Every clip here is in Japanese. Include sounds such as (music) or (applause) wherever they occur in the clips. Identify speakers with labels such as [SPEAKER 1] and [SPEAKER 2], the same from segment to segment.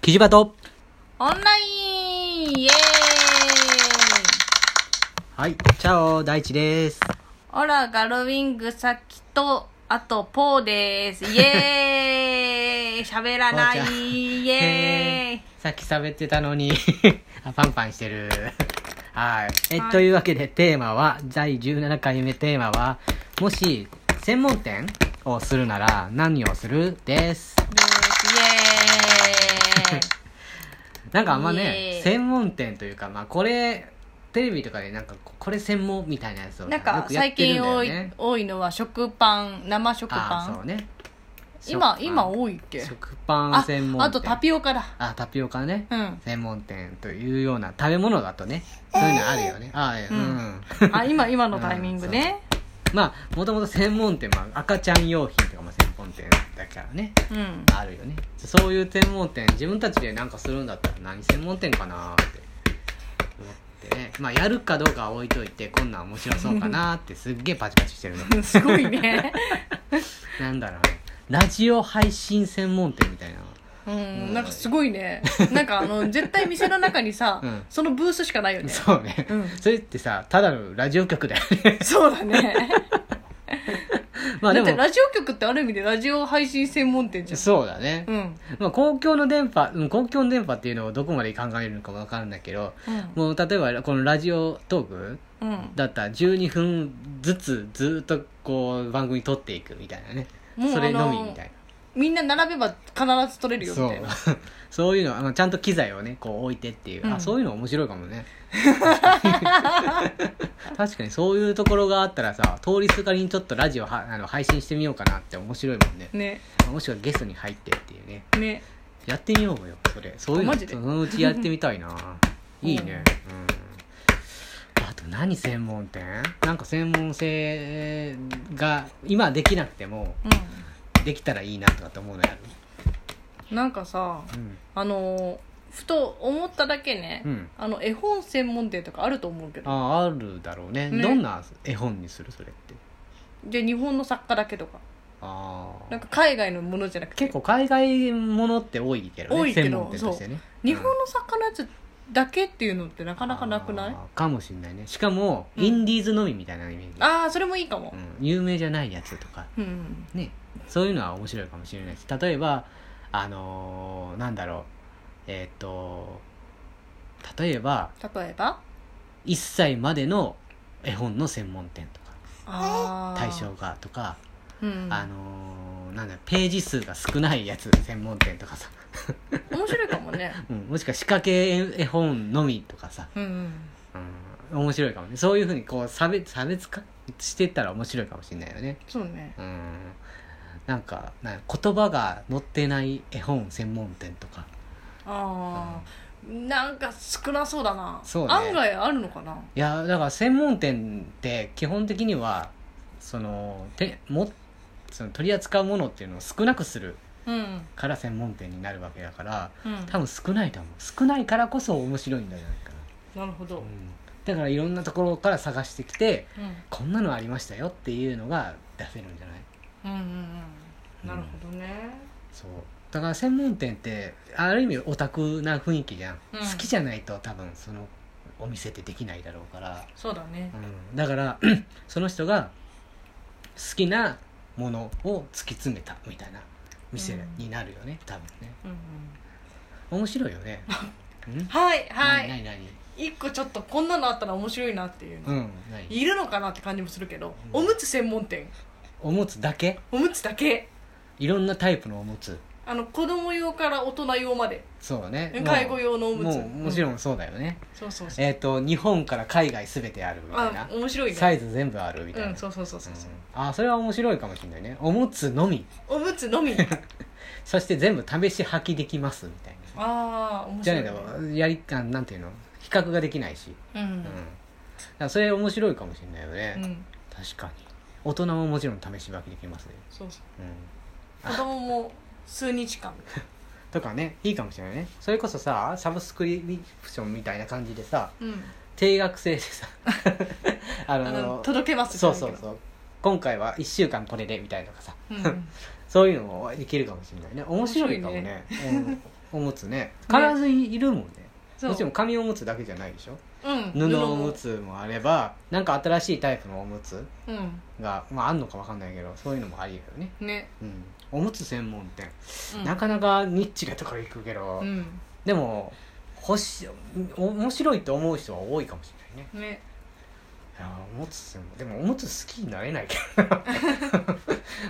[SPEAKER 1] キジバト
[SPEAKER 2] オンラインイエーイ
[SPEAKER 1] はい、チャオ大地です。
[SPEAKER 2] オラガロウィングさっきと、あとポーです。
[SPEAKER 1] (laughs)
[SPEAKER 2] イエーイ喋らな
[SPEAKER 1] ポーちゃん
[SPEAKER 2] いイ
[SPEAKER 1] へ
[SPEAKER 2] エーイ
[SPEAKER 1] さっき喋ってたのに (laughs) あ、パンパンしてる。はい。え、
[SPEAKER 2] はい
[SPEAKER 1] というわけでテーマは、第17回目テーマは、もし、専門店をするなら何をするです。
[SPEAKER 2] ですイエーイ
[SPEAKER 1] なんかあんま
[SPEAKER 2] イエー
[SPEAKER 1] ね
[SPEAKER 2] イ、
[SPEAKER 1] 専門店というか、まあこれ、テレビとかでなんかここれ専門みたいなやつを
[SPEAKER 2] なん
[SPEAKER 1] よ
[SPEAKER 2] か
[SPEAKER 1] くや
[SPEAKER 2] 最
[SPEAKER 1] ってるんだ
[SPEAKER 2] 近
[SPEAKER 1] よ
[SPEAKER 2] 多い,、
[SPEAKER 1] ね。
[SPEAKER 2] 多いのは食パン、生食
[SPEAKER 1] あ
[SPEAKER 2] パ
[SPEAKER 1] あ、そう
[SPEAKER 2] ン。
[SPEAKER 1] ね。食
[SPEAKER 2] 今、
[SPEAKER 1] パン
[SPEAKER 2] 今多いっけ
[SPEAKER 1] 食パン
[SPEAKER 2] あ
[SPEAKER 1] 専、門店。
[SPEAKER 2] あとタピオカだ。
[SPEAKER 1] あタピオカね、
[SPEAKER 2] うん
[SPEAKER 1] 専門店というような食べ物だとねそういうのあるよね、ああうん、 (laughs)
[SPEAKER 2] あ、今、今のタイミングね。
[SPEAKER 1] まあもともと専門店、まあ、赤ちゃん用品とかも専門店だからね
[SPEAKER 2] うん。
[SPEAKER 1] あるよねそういう専門店自分たちで何かするんだったら何専門店かなって思ってねまあやるかどうかは置いといてこんなん面白そうかな
[SPEAKER 2] (laughs)
[SPEAKER 1] ってすっげえパチパチしてるの
[SPEAKER 2] すごいね。
[SPEAKER 1] なんだろうねラジオ配信専門店みたいな
[SPEAKER 2] うん、なんかすごい
[SPEAKER 1] (laughs)
[SPEAKER 2] ね。なんかあの、絶対店の中にさ、
[SPEAKER 1] うん
[SPEAKER 2] そのブースしかないよね。
[SPEAKER 1] そうね、
[SPEAKER 2] うん
[SPEAKER 1] それってさただのラジオ局だよね (laughs)
[SPEAKER 2] そうだね。
[SPEAKER 1] まあ
[SPEAKER 2] だ
[SPEAKER 1] で
[SPEAKER 2] っ
[SPEAKER 1] も
[SPEAKER 2] てラジオ局ってある意味でラジオ配信専門店じゃん。
[SPEAKER 1] そうだね、
[SPEAKER 2] うん。
[SPEAKER 1] (laughs) まあ、公共の電波、うん、公共の電波っていうのをどこまで考えるのか分かるんだけど、
[SPEAKER 2] う
[SPEAKER 1] もう例えばこのラジオトーク
[SPEAKER 2] ん。うん。
[SPEAKER 1] だったら12分ずつずっとこう番組撮っていくみたいなね
[SPEAKER 2] もう
[SPEAKER 1] それの
[SPEAKER 2] あ
[SPEAKER 1] み
[SPEAKER 2] の
[SPEAKER 1] みたい
[SPEAKER 2] みんな並べば必ず取れる
[SPEAKER 1] なそう (laughs)
[SPEAKER 2] よみたいな。
[SPEAKER 1] そういうのあのちゃんと機材をねこう置いてっていう、
[SPEAKER 2] う
[SPEAKER 1] あ
[SPEAKER 2] ん
[SPEAKER 1] そういうの面白いかもね確かに (laughs) そういうところがあったらさ通りすがりにちょっとラジオはあの配信してみようかなって面白いもんね
[SPEAKER 2] ね。
[SPEAKER 1] もしくはゲストに入ってっていうね
[SPEAKER 2] ね。
[SPEAKER 1] やってみようよそれそういうの
[SPEAKER 2] マジで
[SPEAKER 1] そのうちやってみたいな
[SPEAKER 2] (laughs)
[SPEAKER 1] いいねうんあと何専門店なんか専門性が今できなくても
[SPEAKER 2] う
[SPEAKER 1] できたらいいなとかって思うのやる
[SPEAKER 2] ん。なんかさ、
[SPEAKER 1] うん
[SPEAKER 2] あのーふと思っただけね、
[SPEAKER 1] うん
[SPEAKER 2] あの、絵本専門店とかあると思うけど。
[SPEAKER 1] ああるだろうね
[SPEAKER 2] ね
[SPEAKER 1] どんな絵本にするそれって
[SPEAKER 2] で、日本の作家だけとか。
[SPEAKER 1] ああ
[SPEAKER 2] なんか海外のものじゃなくて。
[SPEAKER 1] 結構海外ものって多いけどね
[SPEAKER 2] 多いけど
[SPEAKER 1] 専門店としてね
[SPEAKER 2] 日本の作家のやつだけっていうのってなかなかなくない
[SPEAKER 1] あーかもしんないねしかも、
[SPEAKER 2] うん
[SPEAKER 1] インディーズのみみたいなイメージ、
[SPEAKER 2] ああそれもいいかも
[SPEAKER 1] うん、有名じゃないやつとか
[SPEAKER 2] うん
[SPEAKER 1] ね、そういうのは面白いかもしれないし例えばあのーなんだろうえーっ、と例えば
[SPEAKER 2] 例えば
[SPEAKER 1] 1歳までの絵本の専門店とか
[SPEAKER 2] あー
[SPEAKER 1] 対象がとか
[SPEAKER 2] うん
[SPEAKER 1] あのーなんだろうページ数が少ないやつ専門店とかさ、
[SPEAKER 2] 面白いかも
[SPEAKER 1] (laughs)
[SPEAKER 2] ね
[SPEAKER 1] うん、もしくは仕掛け絵本のみとかさ、
[SPEAKER 2] うんうん
[SPEAKER 1] うん、面白いかもねそういうふうにこう差別差別化してったら面白いかもしれないよね
[SPEAKER 2] そうね
[SPEAKER 1] うんなんかなんか言葉が載ってない絵本専門店とか
[SPEAKER 2] ああなんか少なそうだな
[SPEAKER 1] そうね
[SPEAKER 2] 案外あるのかない
[SPEAKER 1] やだから専門店って基本的にはそのてもその取り扱うものっていうのを少なくする
[SPEAKER 2] うん
[SPEAKER 1] から専門店になるわけだから
[SPEAKER 2] うん
[SPEAKER 1] 多分少ないと思う少ないからこそ面白いんじゃないか
[SPEAKER 2] なるほ
[SPEAKER 1] な、
[SPEAKER 2] ど
[SPEAKER 1] だからいろんなところから探してきて
[SPEAKER 2] うん
[SPEAKER 1] こんなのありましたよっていうのが出せるんじゃない
[SPEAKER 2] うんうんうんなるほどね
[SPEAKER 1] そうだから専門店ってある意味オタクな雰囲気じゃん、
[SPEAKER 2] うん
[SPEAKER 1] 好きじゃないと多分そのお店ってできないだろうから
[SPEAKER 2] そうだね
[SPEAKER 1] うんだから (clears throat) その人が好きなものを突き詰めたみたいな店になるよね、多分ね
[SPEAKER 2] うんうん
[SPEAKER 1] 面白いよ
[SPEAKER 2] (laughs)
[SPEAKER 1] ねん
[SPEAKER 2] はいは
[SPEAKER 1] 何
[SPEAKER 2] い
[SPEAKER 1] 何
[SPEAKER 2] 一個ちょっとこんなのあったら面白いなっていうの
[SPEAKER 1] 何うん何
[SPEAKER 2] いるのかなって感じもするけどおむつ専門店
[SPEAKER 1] おむつだけ
[SPEAKER 2] おむつだけ
[SPEAKER 1] いろんなタイプのおむつ
[SPEAKER 2] あの子供用から大人用まで
[SPEAKER 1] そうだね
[SPEAKER 2] 介護
[SPEAKER 1] もう
[SPEAKER 2] 用のおむつ
[SPEAKER 1] もうもちろ
[SPEAKER 2] うん
[SPEAKER 1] そうだよね、
[SPEAKER 2] そうそうそう
[SPEAKER 1] えっ、と日本から海外すべてあるみたいな
[SPEAKER 2] あ面白いね
[SPEAKER 1] サイズ全部あるみたいな、
[SPEAKER 2] うんそうそうそうそうそう
[SPEAKER 1] うんあそれは面白いかもしれないねおむつのみ
[SPEAKER 2] おむつ
[SPEAKER 1] (laughs)
[SPEAKER 2] のみ
[SPEAKER 1] そして全部試し履きできますみたいな
[SPEAKER 2] ああ面
[SPEAKER 1] じゃな
[SPEAKER 2] 白い
[SPEAKER 1] い
[SPEAKER 2] ね
[SPEAKER 1] とやりあなんていうの比較ができないし、
[SPEAKER 2] う
[SPEAKER 1] うん
[SPEAKER 2] ん
[SPEAKER 1] だからそれ面白いかもしれないよね、
[SPEAKER 2] うん
[SPEAKER 1] 確かに大人ももちろん試し履きできますね、
[SPEAKER 2] そうそう
[SPEAKER 1] うん、
[SPEAKER 2] 子供も数日間
[SPEAKER 1] とかねいいかもしれないねそれこそさサブスクリプションみたいな感じでさ
[SPEAKER 2] うん
[SPEAKER 1] 定額制で
[SPEAKER 2] (laughs)
[SPEAKER 1] さあの
[SPEAKER 2] あの届けます
[SPEAKER 1] そうそう
[SPEAKER 2] う
[SPEAKER 1] そう今回は1週間こ (laughs) れでみたいなのがさ
[SPEAKER 2] うん
[SPEAKER 1] そういうのもいけるかもしれないね面白いかもねうんおむつね必ずいるもんね
[SPEAKER 2] そう
[SPEAKER 1] もちろん紙おむつだけじゃないでしょ
[SPEAKER 2] うん
[SPEAKER 1] 布おむつもあればなんか新しいタイプのおむつ
[SPEAKER 2] うん
[SPEAKER 1] が、まあ、あんのかわかんないけどそういうのもありだよね、
[SPEAKER 2] ね
[SPEAKER 1] うん、おむつ専門店、
[SPEAKER 2] うん
[SPEAKER 1] なかなかニッチなところ行くけど、
[SPEAKER 2] うん
[SPEAKER 1] でも欲しお面白いと思う人は多いかもしれないね
[SPEAKER 2] ね
[SPEAKER 1] いやおむつ専門でもおむつ好きになれないけ
[SPEAKER 2] (laughs)
[SPEAKER 1] ど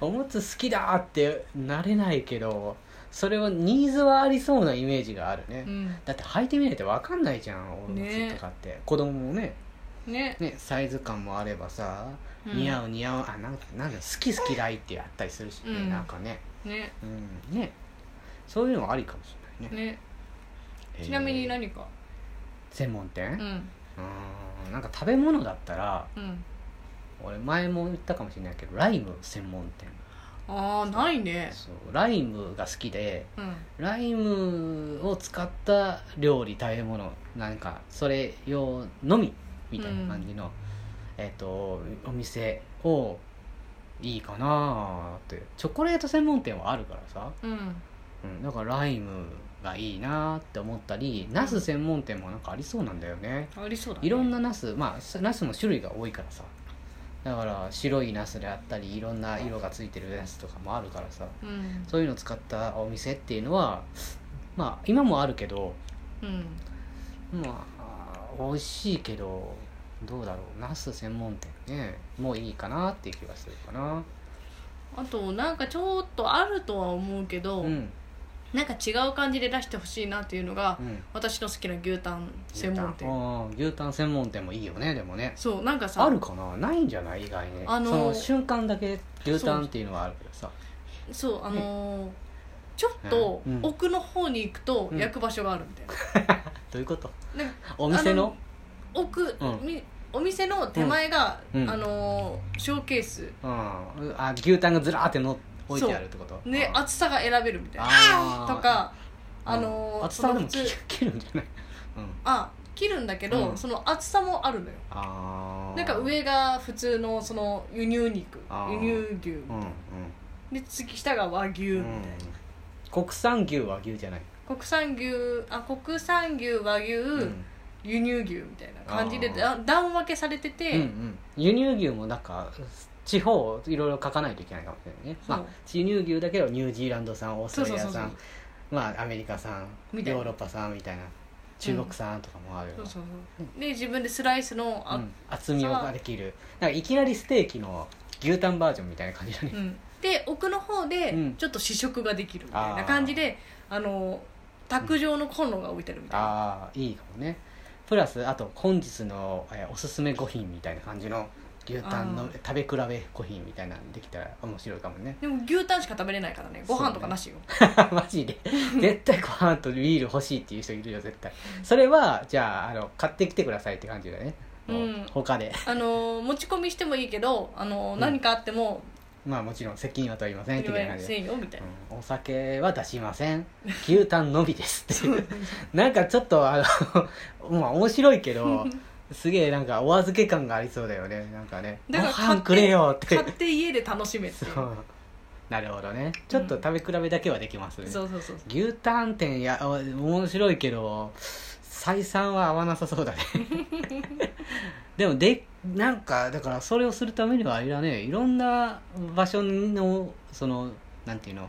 [SPEAKER 1] おむつ好きだってなれないけどそれはニーズはありそうなイメージがあるね、
[SPEAKER 2] うん
[SPEAKER 1] だって履いてみないとわかんないじゃんおむ
[SPEAKER 2] ね
[SPEAKER 1] つとかって、子供もね
[SPEAKER 2] ね
[SPEAKER 1] ねサイズ感もあればさ、
[SPEAKER 2] うん
[SPEAKER 1] 似合う似合うあなんかなんだ好き好き嫌いってあったりするしね、
[SPEAKER 2] うん
[SPEAKER 1] なんかね,、
[SPEAKER 2] ね
[SPEAKER 1] うん、ねそういうのはありかもしれないね
[SPEAKER 2] ね
[SPEAKER 1] えー
[SPEAKER 2] ちなみに何か
[SPEAKER 1] 専門店、う
[SPEAKER 2] うんん
[SPEAKER 1] なんか食べ物だったら
[SPEAKER 2] うん
[SPEAKER 1] 俺前も言ったかもしれないけどライム専門店
[SPEAKER 2] ああないね
[SPEAKER 1] そうライムが好きで
[SPEAKER 2] うん
[SPEAKER 1] ライムを使った料理食べ物なんかそれ用のみみたいな感じの、えっ、とお店をいいかなーってチョコレート専門店はあるからさ、
[SPEAKER 2] うん
[SPEAKER 1] うん、だからライムがいいなーって思ったりナス専門店もなんかありそうなんだよね
[SPEAKER 2] ありそうだね
[SPEAKER 1] いろんなナスまあナスも種類が多いからさだから白いナスであったりいろんな色がついてるナスとかもあるからさ
[SPEAKER 2] うん
[SPEAKER 1] そういうのを使ったお店っていうのはまあ今もあるけど
[SPEAKER 2] うん
[SPEAKER 1] まあ美味しいけどどうだろうナス専門店ねもういいかなっていう気がするかな
[SPEAKER 2] あとなんかちょっとあるとは思うけど、
[SPEAKER 1] うん
[SPEAKER 2] なんか違う感じで出してほしいなっていうのが、
[SPEAKER 1] うん
[SPEAKER 2] 私の好きな牛タン専門
[SPEAKER 1] 牛タ
[SPEAKER 2] 店
[SPEAKER 1] ンあー牛タン専門店もいいよねでもね
[SPEAKER 2] そうなんかさ
[SPEAKER 1] あるかなないんじゃない意外に、
[SPEAKER 2] あのー
[SPEAKER 1] その瞬間だけ牛タンっていうのはあるけどさ
[SPEAKER 2] そうあのーちょっと
[SPEAKER 1] うん
[SPEAKER 2] 奥の方に行くと
[SPEAKER 1] うん
[SPEAKER 2] 焼く場所があるみたいな,、
[SPEAKER 1] どういうこと
[SPEAKER 2] なんか
[SPEAKER 1] お店の
[SPEAKER 2] 奥、
[SPEAKER 1] うん
[SPEAKER 2] みお店の手前が、
[SPEAKER 1] うん
[SPEAKER 2] あのーショーケース
[SPEAKER 1] うんあ牛タンがずらーっての置いてあるってこと
[SPEAKER 2] で
[SPEAKER 1] あ
[SPEAKER 2] 厚さが選べるみたい
[SPEAKER 1] あ
[SPEAKER 2] な
[SPEAKER 1] ー
[SPEAKER 2] とかあのー
[SPEAKER 1] 厚さはでも
[SPEAKER 2] その
[SPEAKER 1] 切
[SPEAKER 2] 普通
[SPEAKER 1] 切るんじゃない、うん、
[SPEAKER 2] あ切るんだけど、
[SPEAKER 1] うん
[SPEAKER 2] その厚さもあるのよ
[SPEAKER 1] あー
[SPEAKER 2] なんか上が普通のその輸入肉
[SPEAKER 1] あー
[SPEAKER 2] 輸入牛
[SPEAKER 1] うんうん
[SPEAKER 2] で次下が和牛み
[SPEAKER 1] う
[SPEAKER 2] たい
[SPEAKER 1] ん
[SPEAKER 2] な、
[SPEAKER 1] 国産牛は牛じゃない、
[SPEAKER 2] 国産牛あ国産牛和牛、
[SPEAKER 1] うん
[SPEAKER 2] 輸入牛みたいな感じで
[SPEAKER 1] あー
[SPEAKER 2] だ段分けされて
[SPEAKER 1] うんう
[SPEAKER 2] て、
[SPEAKER 1] ん輸入牛もなんか地方をいろいろ書かないといけないかもしれないね、
[SPEAKER 2] そう
[SPEAKER 1] まあ、輸入牛だけどニュージーランド産オーストラリ
[SPEAKER 2] そ
[SPEAKER 1] ア
[SPEAKER 2] うそうそう
[SPEAKER 1] 産まあアメリカ産ヨ
[SPEAKER 2] みたいな
[SPEAKER 1] ーロッパ産みたいな中国産とかもあるよ、
[SPEAKER 2] そうそうそうで自分でスライスのあ、
[SPEAKER 1] う
[SPEAKER 2] うんん、
[SPEAKER 1] 厚みができるなんかいきなりステーキの牛タンバージョンみたいな感じだね、
[SPEAKER 2] で奥の方で
[SPEAKER 1] うん
[SPEAKER 2] ちょっと試食ができるみたい
[SPEAKER 1] あー
[SPEAKER 2] な感じで、あの卓上のコンロが置いてあるみたいな、
[SPEAKER 1] ああいいかもねプラスあと本日の、えーおすすめ5品みたいな感じの牛タンの
[SPEAKER 2] あ
[SPEAKER 1] 食べ比べ5品みたいなのできたら面白いかもね (laughs)
[SPEAKER 2] でも牛タンしか食べれないからねご
[SPEAKER 1] そう
[SPEAKER 2] 飯と
[SPEAKER 1] ね
[SPEAKER 2] かなしよ、
[SPEAKER 1] マジで絶対ご飯とビール欲しいっていう人いるよ絶対それはじゃああの買ってきてくださいって感じだね、も
[SPEAKER 2] うん
[SPEAKER 1] 他で
[SPEAKER 2] あの持ち込みしてもいいけどあの、
[SPEAKER 1] うん
[SPEAKER 2] 何かあっても
[SPEAKER 1] まあもちろん責任は問いません
[SPEAKER 2] 言
[SPEAKER 1] 的
[SPEAKER 2] わ
[SPEAKER 1] な
[SPEAKER 2] れま
[SPEAKER 1] 感じ
[SPEAKER 2] せ
[SPEAKER 1] で、
[SPEAKER 2] んよみたいな、
[SPEAKER 1] うんお酒は出しません牛タンのみですって
[SPEAKER 2] (laughs)
[SPEAKER 1] いうなんかちょっとあの (laughs) まあ面白いけどすげえなんかお預け感がありそうだよねなんかねご
[SPEAKER 2] だから
[SPEAKER 1] 飯くれよって
[SPEAKER 2] 買って家で楽しめって
[SPEAKER 1] そ
[SPEAKER 2] いう
[SPEAKER 1] うなるほどねちょっと食べ比べだけはできますね、
[SPEAKER 2] そうそうそう
[SPEAKER 1] 牛タン店やお面白いけど採算は合わなさ
[SPEAKER 2] (laughs)
[SPEAKER 1] そうだねでもでなんかだからそれをするためにはあれだねいろんな場所のそのなんていうの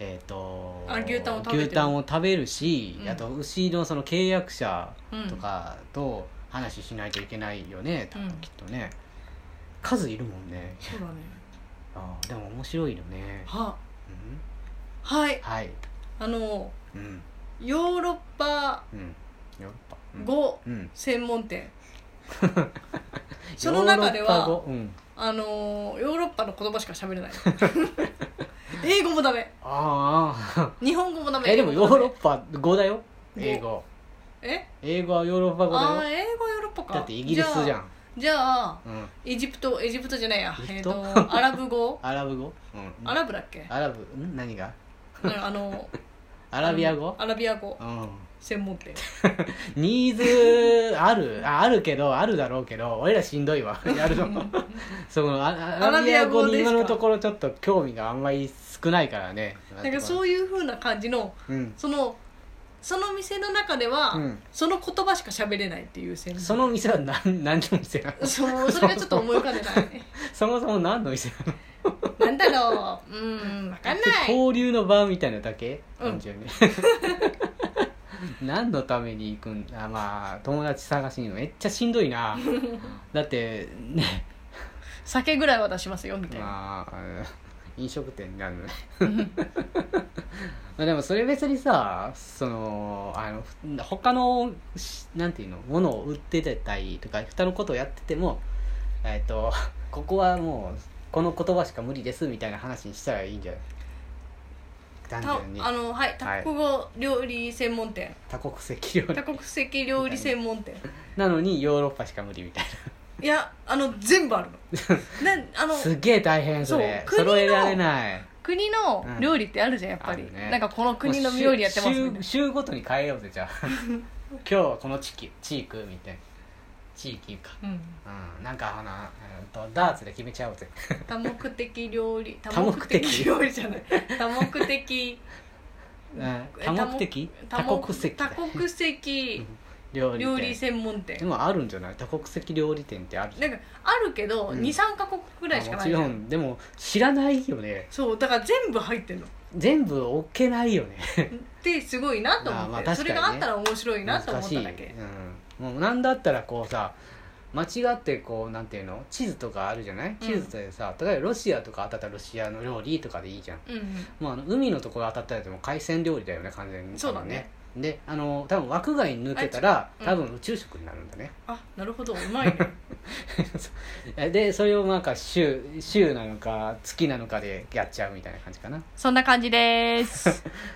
[SPEAKER 1] えっ、と
[SPEAKER 2] あ牛タンを食べてる
[SPEAKER 1] 牛タンを食べるし、
[SPEAKER 2] うん
[SPEAKER 1] あと牛のその契約者
[SPEAKER 2] うん
[SPEAKER 1] とかと話ししないといけないよね、多分
[SPEAKER 2] うん
[SPEAKER 1] きっとね数いるもんね
[SPEAKER 2] そうだね
[SPEAKER 1] ああでも面白いよね、
[SPEAKER 2] は
[SPEAKER 1] うん、
[SPEAKER 2] はい
[SPEAKER 1] はい
[SPEAKER 2] あの
[SPEAKER 1] うん
[SPEAKER 2] ヨーロッパ
[SPEAKER 1] うんヨーロッパうん
[SPEAKER 2] 語
[SPEAKER 1] うん
[SPEAKER 2] 専門
[SPEAKER 1] (laughs)
[SPEAKER 2] 店その中で
[SPEAKER 1] ヨーロ
[SPEAKER 2] は
[SPEAKER 1] ッパ語うん、
[SPEAKER 2] あのーヨーロッパの言葉しか喋れない (laughs) 英語もダメ
[SPEAKER 1] ああ
[SPEAKER 2] 日本語もダ
[SPEAKER 1] (laughs)
[SPEAKER 2] メ
[SPEAKER 1] えでも
[SPEAKER 2] 英
[SPEAKER 1] ヨ
[SPEAKER 2] 語
[SPEAKER 1] ー
[SPEAKER 2] ダ
[SPEAKER 1] ロ
[SPEAKER 2] メ
[SPEAKER 1] ッパ語だよ
[SPEAKER 2] 語
[SPEAKER 1] 英語
[SPEAKER 2] え
[SPEAKER 1] 英語はヨーロッパ語
[SPEAKER 2] ああ
[SPEAKER 1] だよ
[SPEAKER 2] ー英語ヨーロッパか
[SPEAKER 1] だってイギリスじ
[SPEAKER 2] じ
[SPEAKER 1] ゃ
[SPEAKER 2] ゃあ
[SPEAKER 1] ん
[SPEAKER 2] じゃあ
[SPEAKER 1] うん
[SPEAKER 2] エジプトエジプトじゃないや
[SPEAKER 1] エ
[SPEAKER 2] え
[SPEAKER 1] ジ
[SPEAKER 2] っ
[SPEAKER 1] プト
[SPEAKER 2] とアラブ語
[SPEAKER 1] アラブ語、うん、
[SPEAKER 2] アラブだっけ
[SPEAKER 1] アラブん何が
[SPEAKER 2] うんあの
[SPEAKER 1] アラビア語
[SPEAKER 2] アラビア語
[SPEAKER 1] うん
[SPEAKER 2] 専門店
[SPEAKER 1] ニーズあるああるけどあるだろうけど俺らしんどいわやるのそのああア
[SPEAKER 2] ア
[SPEAKER 1] ラ
[SPEAKER 2] ラ
[SPEAKER 1] ビ
[SPEAKER 2] ビ
[SPEAKER 1] ア
[SPEAKER 2] ア
[SPEAKER 1] 語
[SPEAKER 2] 語
[SPEAKER 1] に
[SPEAKER 2] ですか
[SPEAKER 1] 今のところちょっと興味があんまり少ないからね
[SPEAKER 2] なんかそういう風な感じの
[SPEAKER 1] うん、
[SPEAKER 2] そのその店の中では、
[SPEAKER 1] うん
[SPEAKER 2] その言葉しか喋れないっていう専門
[SPEAKER 1] その店は何何の店なの (laughs)
[SPEAKER 2] そうそれがちょっと思い浮かんでないね
[SPEAKER 1] そもそも何の店なの
[SPEAKER 2] なんだろううん分かんない
[SPEAKER 1] 交流の場みたいなだけ、
[SPEAKER 2] うん
[SPEAKER 1] 感じよね (laughs) 何のために行くんだまあ友達探しにめっちゃしんどいな
[SPEAKER 2] (laughs)
[SPEAKER 1] だってね
[SPEAKER 2] 酒ぐらいは出しますよみたいな、
[SPEAKER 1] まあ飲食店になるね (laughs) まあでもそれ別にさそのあの他のしなんていうのものを売ってたりとか他のことをやっててもえっ、とここはもうこの言葉しか無理ですみたいな話にしたらいいんじゃない単
[SPEAKER 2] た
[SPEAKER 1] 純に
[SPEAKER 2] あのはい多国語料理専門店、
[SPEAKER 1] 多国籍料理
[SPEAKER 2] 多国籍料理専門店
[SPEAKER 1] なのにヨーロッパしか無理みたい
[SPEAKER 2] いやあの全部ある
[SPEAKER 1] (laughs)
[SPEAKER 2] のなんあ
[SPEAKER 1] な
[SPEAKER 2] の
[SPEAKER 1] すげえ大変それ
[SPEAKER 2] そう国の
[SPEAKER 1] 揃えられない
[SPEAKER 2] 国の料理ってあるじゃんやっぱり、
[SPEAKER 1] うんあるね
[SPEAKER 2] なんかこの国の料理やってますみたい
[SPEAKER 1] もう
[SPEAKER 2] な
[SPEAKER 1] 週週ごとに変えようぜじゃ
[SPEAKER 2] (laughs)
[SPEAKER 1] あ今日はこの地域地域みたいな地域か
[SPEAKER 2] うん
[SPEAKER 1] うんなんかあのうんとダーツで決めちゃおうぜ
[SPEAKER 2] 多目的料理多
[SPEAKER 1] 目的
[SPEAKER 2] 料理じゃない多目的
[SPEAKER 1] うん多目的多国籍
[SPEAKER 2] 多国籍
[SPEAKER 1] 料理店
[SPEAKER 2] 料理専門
[SPEAKER 1] で
[SPEAKER 2] 店
[SPEAKER 1] もあるんじゃない多国籍料理店ってある
[SPEAKER 2] なんかあるけど、
[SPEAKER 1] うん
[SPEAKER 2] 23か国ぐらいし
[SPEAKER 1] も
[SPEAKER 2] かない
[SPEAKER 1] ち
[SPEAKER 2] じゃん
[SPEAKER 1] ろんでも知らないよね
[SPEAKER 2] そうだから全部入ってんの
[SPEAKER 1] 全部置けないよね
[SPEAKER 2] ってすごいなと思っ
[SPEAKER 1] あ
[SPEAKER 2] て、
[SPEAKER 1] まあ確かにね
[SPEAKER 2] それがあったら面白いなと思
[SPEAKER 1] 難
[SPEAKER 2] っ
[SPEAKER 1] しい、
[SPEAKER 2] た
[SPEAKER 1] う
[SPEAKER 2] だけ
[SPEAKER 1] ん、もうなんだったらこうさ間違ってこうなんていうの地図とかあるじゃない地図でさ、例えばロシアとか当たったらロシアの料理とかでいいじゃん、
[SPEAKER 2] うん
[SPEAKER 1] まあ、あの海のところ当たったらでも海鮮料理だよね完全に
[SPEAKER 2] そうだね
[SPEAKER 1] であの多分枠外に抜けたら、
[SPEAKER 2] あ違う
[SPEAKER 1] 多分宇宙食になるんだね (laughs)
[SPEAKER 2] あなるほどうまいね
[SPEAKER 1] でそれをなんか週週なのか月なのかでやっちゃうみたいな感じかな
[SPEAKER 2] そんな感じです